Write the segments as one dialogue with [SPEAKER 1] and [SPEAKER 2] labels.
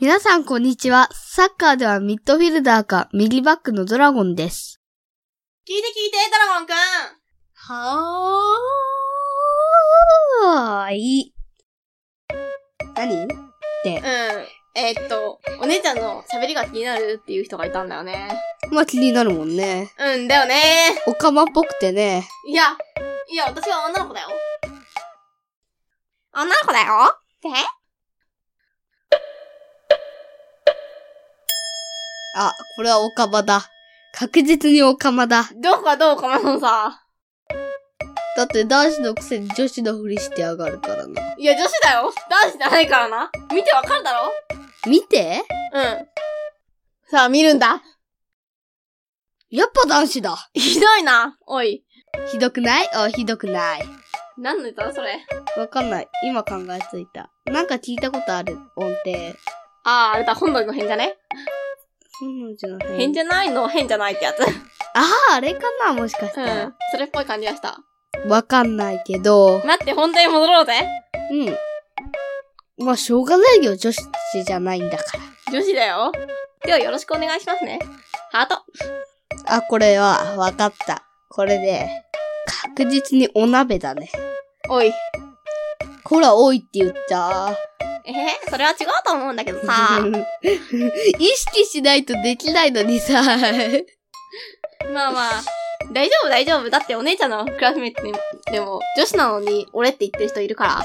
[SPEAKER 1] 皆さんこんにちは。サッカーではミッドフィルダーか右バックのドラゴンです。
[SPEAKER 2] 聞いて聞いて、ドラゴンくん
[SPEAKER 1] はーい。何
[SPEAKER 2] うん。えーっと、お姉ちゃんの喋りが気になるっていう人がいたんだよね。
[SPEAKER 1] まあ気になるもんね。
[SPEAKER 2] うんだよね
[SPEAKER 1] オカマっぽくてね。
[SPEAKER 2] いや、いや、私は女の子だよ。女の子だよって
[SPEAKER 1] あ、これはオカマだ。確実にオカマだ。
[SPEAKER 2] どうかどうかなのさ。
[SPEAKER 1] だって男子のくせに女子のふりしてやがるからな。
[SPEAKER 2] いや、女子だよ男子じゃないからな。見てわかるだろ
[SPEAKER 1] 見て
[SPEAKER 2] うん。さあ、見るんだ。
[SPEAKER 1] やっぱ男子だ。
[SPEAKER 2] ひどいな。おい。
[SPEAKER 1] ひどくないあ、ひどくない。
[SPEAKER 2] 何の歌それ。
[SPEAKER 1] わかんない。今考えついた。なんか聞いたことある音程。
[SPEAKER 2] あー、あれだ、本土の変じゃね
[SPEAKER 1] うん、じゃない。
[SPEAKER 2] 変じゃないの変じゃないってやつ。う
[SPEAKER 1] ああ、あれかなもしかしたら
[SPEAKER 2] ん。。それっぽい感じがした。
[SPEAKER 1] わ、かんないけど。
[SPEAKER 2] 待って、本題に戻ろうぜ。
[SPEAKER 1] うん。まあ、しょうがないよ。女子じゃないんだから。
[SPEAKER 2] 女子だよ。では、よろしくお願いしますね。ハート。
[SPEAKER 1] あ、これは、わかった。これで、確実にお鍋だね。
[SPEAKER 2] おい。
[SPEAKER 1] こら、多いって言った。
[SPEAKER 2] えー、それは違うと思うんだけど さ。
[SPEAKER 1] 意識しないとできないのにさ。
[SPEAKER 2] まあまあ、大丈夫大丈夫。だってお姉ちゃんのクラスメイトにでも、女子なのに俺って言ってる人いるか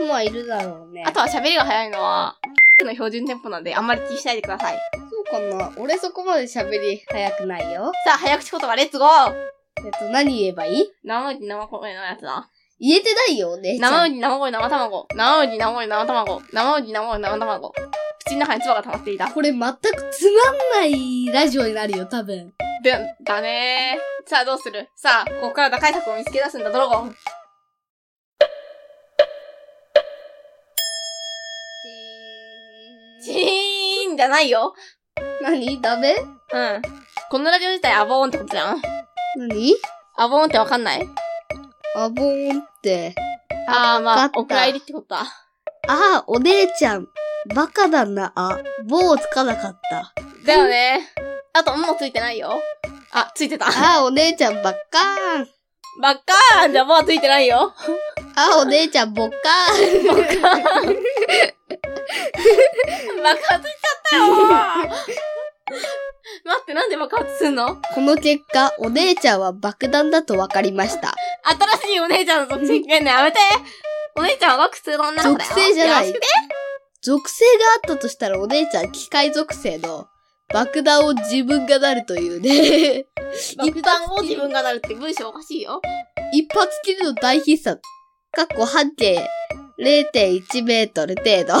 [SPEAKER 2] ら。
[SPEAKER 1] まあ、いるだろうね。
[SPEAKER 2] あとは喋りが早いのは、の標準テンポなんであんまり気にしないでください。
[SPEAKER 1] そうかな。俺そこまで喋り早くないよ。
[SPEAKER 2] さあ、早口言葉レッツゴー
[SPEAKER 1] えっと、何言えばいい
[SPEAKER 2] 生麦生米のやつだ。
[SPEAKER 1] 言えてないよ、お姉ちゃん。
[SPEAKER 2] 生麦生米生卵。生麦生米生卵。生麦生米生卵。口の中に唾が溜まっていた。
[SPEAKER 1] これ全くつまんないラジオになるよ、多分。
[SPEAKER 2] で、だねー。さあ、どうするさあ、ここから打開策を見つけ出すんだ、ドラゴン。チーンじゃないよ。
[SPEAKER 1] 何ダメ
[SPEAKER 2] うん。このラジオ自体アボーンってことじゃん。
[SPEAKER 1] 何
[SPEAKER 2] アボーンってわかんない
[SPEAKER 1] あぼーんって。
[SPEAKER 2] ああ、
[SPEAKER 1] わか
[SPEAKER 2] ま
[SPEAKER 1] っ
[SPEAKER 2] あ、
[SPEAKER 1] た
[SPEAKER 2] お蔵入りってことだ。
[SPEAKER 1] ああ、お姉ちゃん。バカだな、あ。棒をつかなかった。
[SPEAKER 2] だよね。あと、もうついてないよ。あ、ついてた。
[SPEAKER 1] ああ、お姉ちゃんばっかーん。
[SPEAKER 2] ばっかーんじゃ、もうついてないよ。
[SPEAKER 1] ああ、お姉ちゃんぼっかーん。
[SPEAKER 2] ばっかーん。ばっかーついちゃったよー待って、なんで爆発すんの
[SPEAKER 1] この結果、お姉ちゃんは爆弾だと分かりました。
[SPEAKER 2] 新しいお姉ちゃんの属性けんのやめてお姉ちゃんは普通の女の子
[SPEAKER 1] 属
[SPEAKER 2] だよ。
[SPEAKER 1] 性じゃない
[SPEAKER 2] よろしくね。
[SPEAKER 1] 属性があったとしたらお姉ちゃん機械属性の爆弾を自分がなるというね。
[SPEAKER 2] 爆弾を自分がなるって文章おかしいよ。
[SPEAKER 1] 一発きりの大必殺。かっこ半径0.1メートル程度。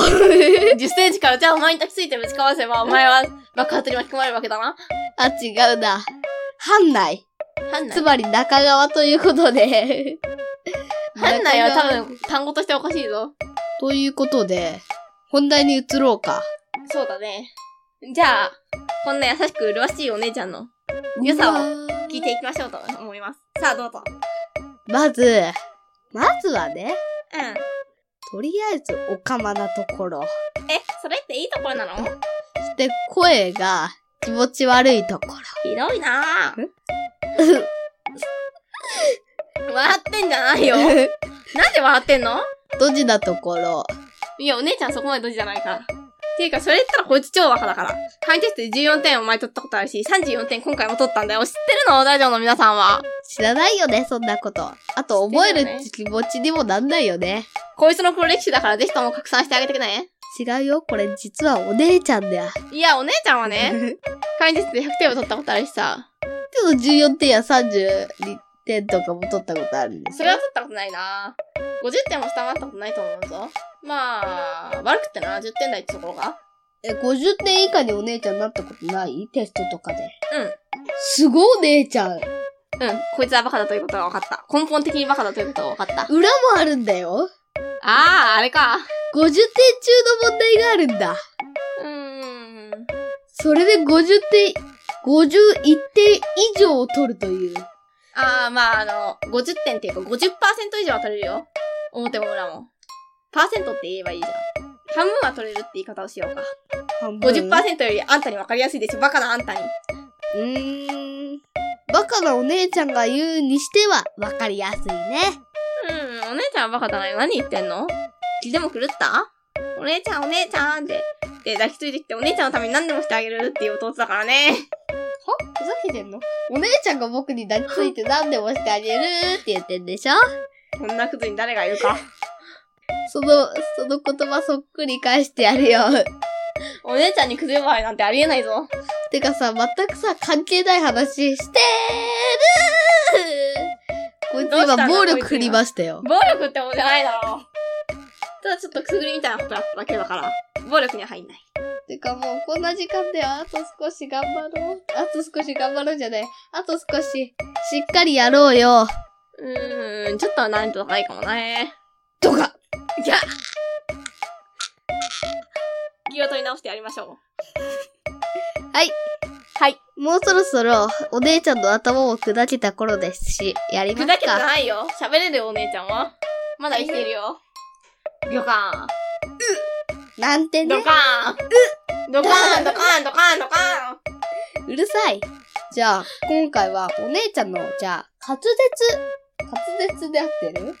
[SPEAKER 2] 10センチからじゃあお前に抱きついてぶちかわせば、お前は爆発に巻き込まれるわけだな。
[SPEAKER 1] あ、違うな。半内。
[SPEAKER 2] 判
[SPEAKER 1] つ
[SPEAKER 2] 内。
[SPEAKER 1] まり中川ということ で。
[SPEAKER 2] 判内は
[SPEAKER 1] 中川
[SPEAKER 2] 多分単語としておかしいぞ。
[SPEAKER 1] ということで、本題に移ろうか。
[SPEAKER 2] そうだね。じゃあ、こんな優しく麗しいお姉ちゃんの良さを
[SPEAKER 1] うわー
[SPEAKER 2] 聞いていきましょうと思います。さあ、どうぞ。
[SPEAKER 1] まず、まずはね、
[SPEAKER 2] うん。
[SPEAKER 1] とりあえずおかまなところ。
[SPEAKER 2] え、それっていいところなの
[SPEAKER 1] そして声が気持ち悪いところ。
[SPEAKER 2] ひどいなぁ
[SPEAKER 1] え。
[SPEAKER 2] 笑ってんじゃない よ。なんで笑ってんの
[SPEAKER 1] ドジなところ。
[SPEAKER 2] いや、お姉ちゃんそこまでドジじゃないから。ていうか、それ言ったらこいつ超バカだから。範囲テストで14点お前取ったことあるし、34点今回も取ったんだよ。知ってるの大丈夫の皆さんは。
[SPEAKER 1] 知らないよね、そんなこと。あと、覚える
[SPEAKER 2] 知ってるよ
[SPEAKER 1] って気持ちにもなんないよね。
[SPEAKER 2] こいつの黒歴史だからぜひとも拡散してあげてくね。
[SPEAKER 1] 違うよ、これ実はお姉ちゃんだよ。
[SPEAKER 2] いや、お姉ちゃんはね、
[SPEAKER 1] ち
[SPEAKER 2] 範囲テストで100点を取ったことあるしさ。
[SPEAKER 1] ょっと14点や32点とかも取ったことあるんです
[SPEAKER 2] それは取ったことないな50点も下回ったことないと思うぞ。まあ、悪くってな、10点台ってところが。
[SPEAKER 1] え、50点以下にお姉ちゃんになったことないテストとかで。
[SPEAKER 2] うん。
[SPEAKER 1] すごいお姉ちゃん。
[SPEAKER 2] うん。こいつはバカだということが分かった。根本的にバカだということが分かった。あ
[SPEAKER 1] 裏もあるんだよ。
[SPEAKER 2] あー、あれか。
[SPEAKER 1] 50点中の問題があるんだ。
[SPEAKER 2] うーん。
[SPEAKER 1] それで50点、51点以上を取るという。
[SPEAKER 2] ああ、まあ、あの、50点っていうか50%以上は取れるよ。表も裏も。パーセントって言えばいいじゃん。半分は取れるって言い方をしようか。
[SPEAKER 1] 半分
[SPEAKER 2] 50%よりあんたに分かりやすいでしょ。バカなあんたに。
[SPEAKER 1] うーん。バカなお姉ちゃんが言うにしては分かりやすいね。
[SPEAKER 2] うん、お姉ちゃんはバカだね。何言ってんのでも狂ったお姉ちゃん、お姉ちゃんって。で、抱きついてきて、お姉ちゃんのために何でもしてあげるっていう弟だからね。
[SPEAKER 1] はふざけてんのお姉ちゃんが僕に抱きついて何でもしてあげるって言ってんでしょ
[SPEAKER 2] こんなクズに誰がいるか。
[SPEAKER 1] その、その言葉そっくり返してやるよ。
[SPEAKER 2] お姉ちゃんにクズ呼ばわりなんてありえないぞ。
[SPEAKER 1] てかさ、全くさ、関係ない話してるこいつ
[SPEAKER 2] どうした
[SPEAKER 1] 今
[SPEAKER 2] の
[SPEAKER 1] 暴
[SPEAKER 2] こい
[SPEAKER 1] 力
[SPEAKER 2] つ
[SPEAKER 1] 振りましたよ。
[SPEAKER 2] 暴力ってもんじゃないだろう。ただちょっとくすぐりみたいなことだっただけだから、暴力には入んない。
[SPEAKER 1] てかもうこんな時間であと少し頑張ろう。あと少し頑張ろうじゃない。あと少し、しっかりやろうよ。
[SPEAKER 2] うーん、ちょっとは難易度高いかもね。
[SPEAKER 1] とか。
[SPEAKER 2] いや気を取り直してやりましょう。
[SPEAKER 1] はい。
[SPEAKER 2] はい。
[SPEAKER 1] もうそろそろ、お姉ちゃんの頭も砕けた頃ですし、やりま
[SPEAKER 2] ふ
[SPEAKER 1] す
[SPEAKER 2] ざけて
[SPEAKER 1] か。
[SPEAKER 2] ないよ。喋れるよ、お姉ちゃんは。まだ生きてるよ。ドカ
[SPEAKER 1] なんて
[SPEAKER 2] ーン。
[SPEAKER 1] ね
[SPEAKER 2] ド。カーン。ドカーン、ドカーン、ドカーン、ドカーン。
[SPEAKER 1] うるさい。じゃあ、今回はお姉ちゃんの、じゃあ、滑舌。滑舌で合ってる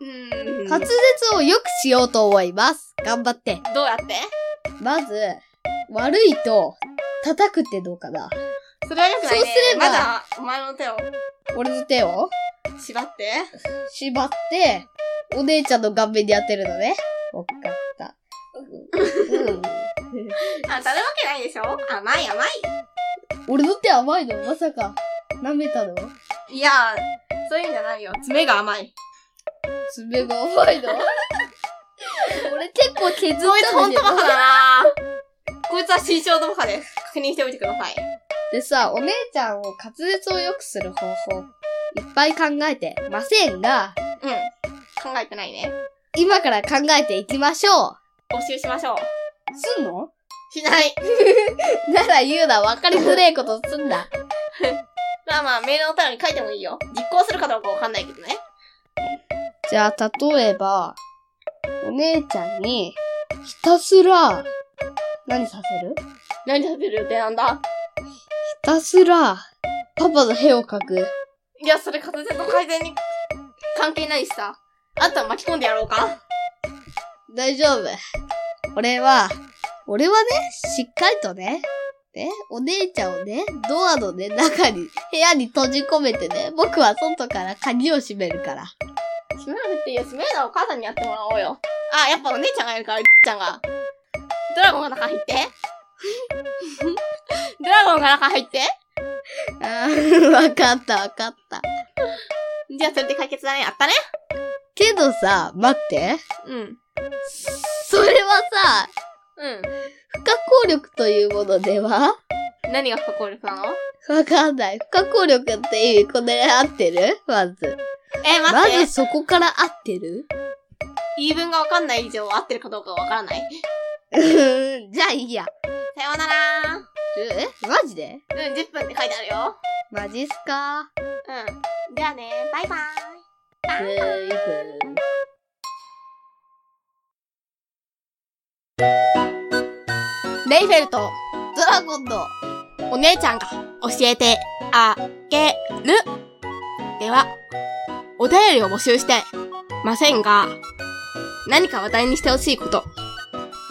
[SPEAKER 2] うーん。
[SPEAKER 1] 滑舌を良くしようと思います。頑張って。
[SPEAKER 2] どうやって
[SPEAKER 1] まず、悪いと、叩くってどうかな
[SPEAKER 2] それは良くないね。
[SPEAKER 1] そうすれば
[SPEAKER 2] まだ、お前の手を
[SPEAKER 1] 俺の手を
[SPEAKER 2] 縛って。
[SPEAKER 1] 縛って、お姉ちゃんの顔面に当てるのね。わかった。う
[SPEAKER 2] あ、
[SPEAKER 1] ん、
[SPEAKER 2] 当たるわけないでしょ甘い甘い。
[SPEAKER 1] 俺の手甘いのまさか、舐めたの
[SPEAKER 2] いやー、そういうんじゃないよ。爪が甘い。
[SPEAKER 1] 爪が甘いの俺結構削った
[SPEAKER 2] こいつほ
[SPEAKER 1] の
[SPEAKER 2] ん
[SPEAKER 1] に
[SPEAKER 2] とバカだなこいつは新象のバカです。確認しておいてください。
[SPEAKER 1] でさ、お姉ちゃんを滑舌を良くする方法、いっぱい考えてませんが、
[SPEAKER 2] うん。考えてないね。
[SPEAKER 1] 今から考えていきましょう。
[SPEAKER 2] 募集しましょう。
[SPEAKER 1] すんの
[SPEAKER 2] しない。
[SPEAKER 1] なら言うな、わかりづれえことすんな。
[SPEAKER 2] まあまあ、メールのお便りに書いてもいいよ。実行するかどうかわかんないけどね。
[SPEAKER 1] じゃあ、例えば、お姉ちゃんに、ひたすら、何させるひ
[SPEAKER 2] 何食べる予定なんだ
[SPEAKER 1] たすら、パパの絵を描く。
[SPEAKER 2] いや、それ滑舌の改善に関係ないしさ。あとは巻き込んでやろうか。
[SPEAKER 1] 大丈夫。俺は、俺はね、しっかりとね、ね、お姉ちゃんをね、ドアのね、中に、部屋に閉じ込めてね、僕は外から鍵を閉めるから。
[SPEAKER 2] 閉められていいよ。閉めるのはお母さんにやってもらおうよ。あ、やっぱお姉ちゃんがいるから、ちゃんが。ドラゴンが中入 って。ドラゴンが中入って。
[SPEAKER 1] あー、 わかったわかった。
[SPEAKER 2] じゃあ、それで解決だね。やったね。
[SPEAKER 1] けどさ、待って。
[SPEAKER 2] うん。
[SPEAKER 1] それはさ、
[SPEAKER 2] うん。
[SPEAKER 1] 不可抗力というものでは
[SPEAKER 2] 何が不可抗力なの
[SPEAKER 1] わかんない。不可抗力って意味、これ合ってるまず。
[SPEAKER 2] え、
[SPEAKER 1] ま
[SPEAKER 2] 待っ
[SPEAKER 1] ず
[SPEAKER 2] て。
[SPEAKER 1] そこから合ってる
[SPEAKER 2] 言い分がわかんない以上、合ってるかどうかわからない。
[SPEAKER 1] うーんじゃあいいや。
[SPEAKER 2] さようなら
[SPEAKER 1] えマジで
[SPEAKER 2] うん、10分って書いてあるよ。
[SPEAKER 1] マジっすか
[SPEAKER 2] うん。じゃあね、バイバイ。
[SPEAKER 1] Baby.
[SPEAKER 2] 「レイフェルと
[SPEAKER 1] ドラゴンの
[SPEAKER 2] お姉ちゃんが教えてあげる」ではお便りを募集してませんが何か話題にしてほしいこと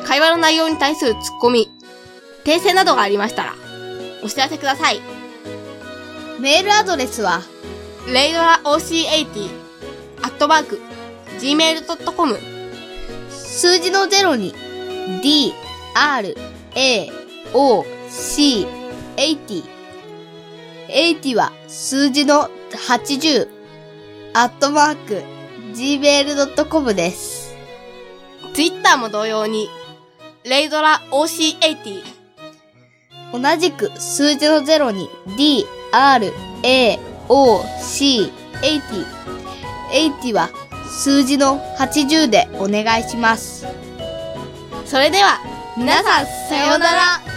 [SPEAKER 2] 会話の内容に対するツッコミ訂正などがありましたらお知らせください
[SPEAKER 1] メールアドレスは
[SPEAKER 2] レイドラ OC80 アットマーク gmail.com
[SPEAKER 1] 数字の0に d r a o c 80 80は数字の80アットマーク gmail.com です。
[SPEAKER 2] Twitter も同様に「レイドラ OC80。
[SPEAKER 1] 同じく数字の0に D, R, A, O, C, 80。80は数字の80でお願いします。
[SPEAKER 2] それでは、皆さん、さようなら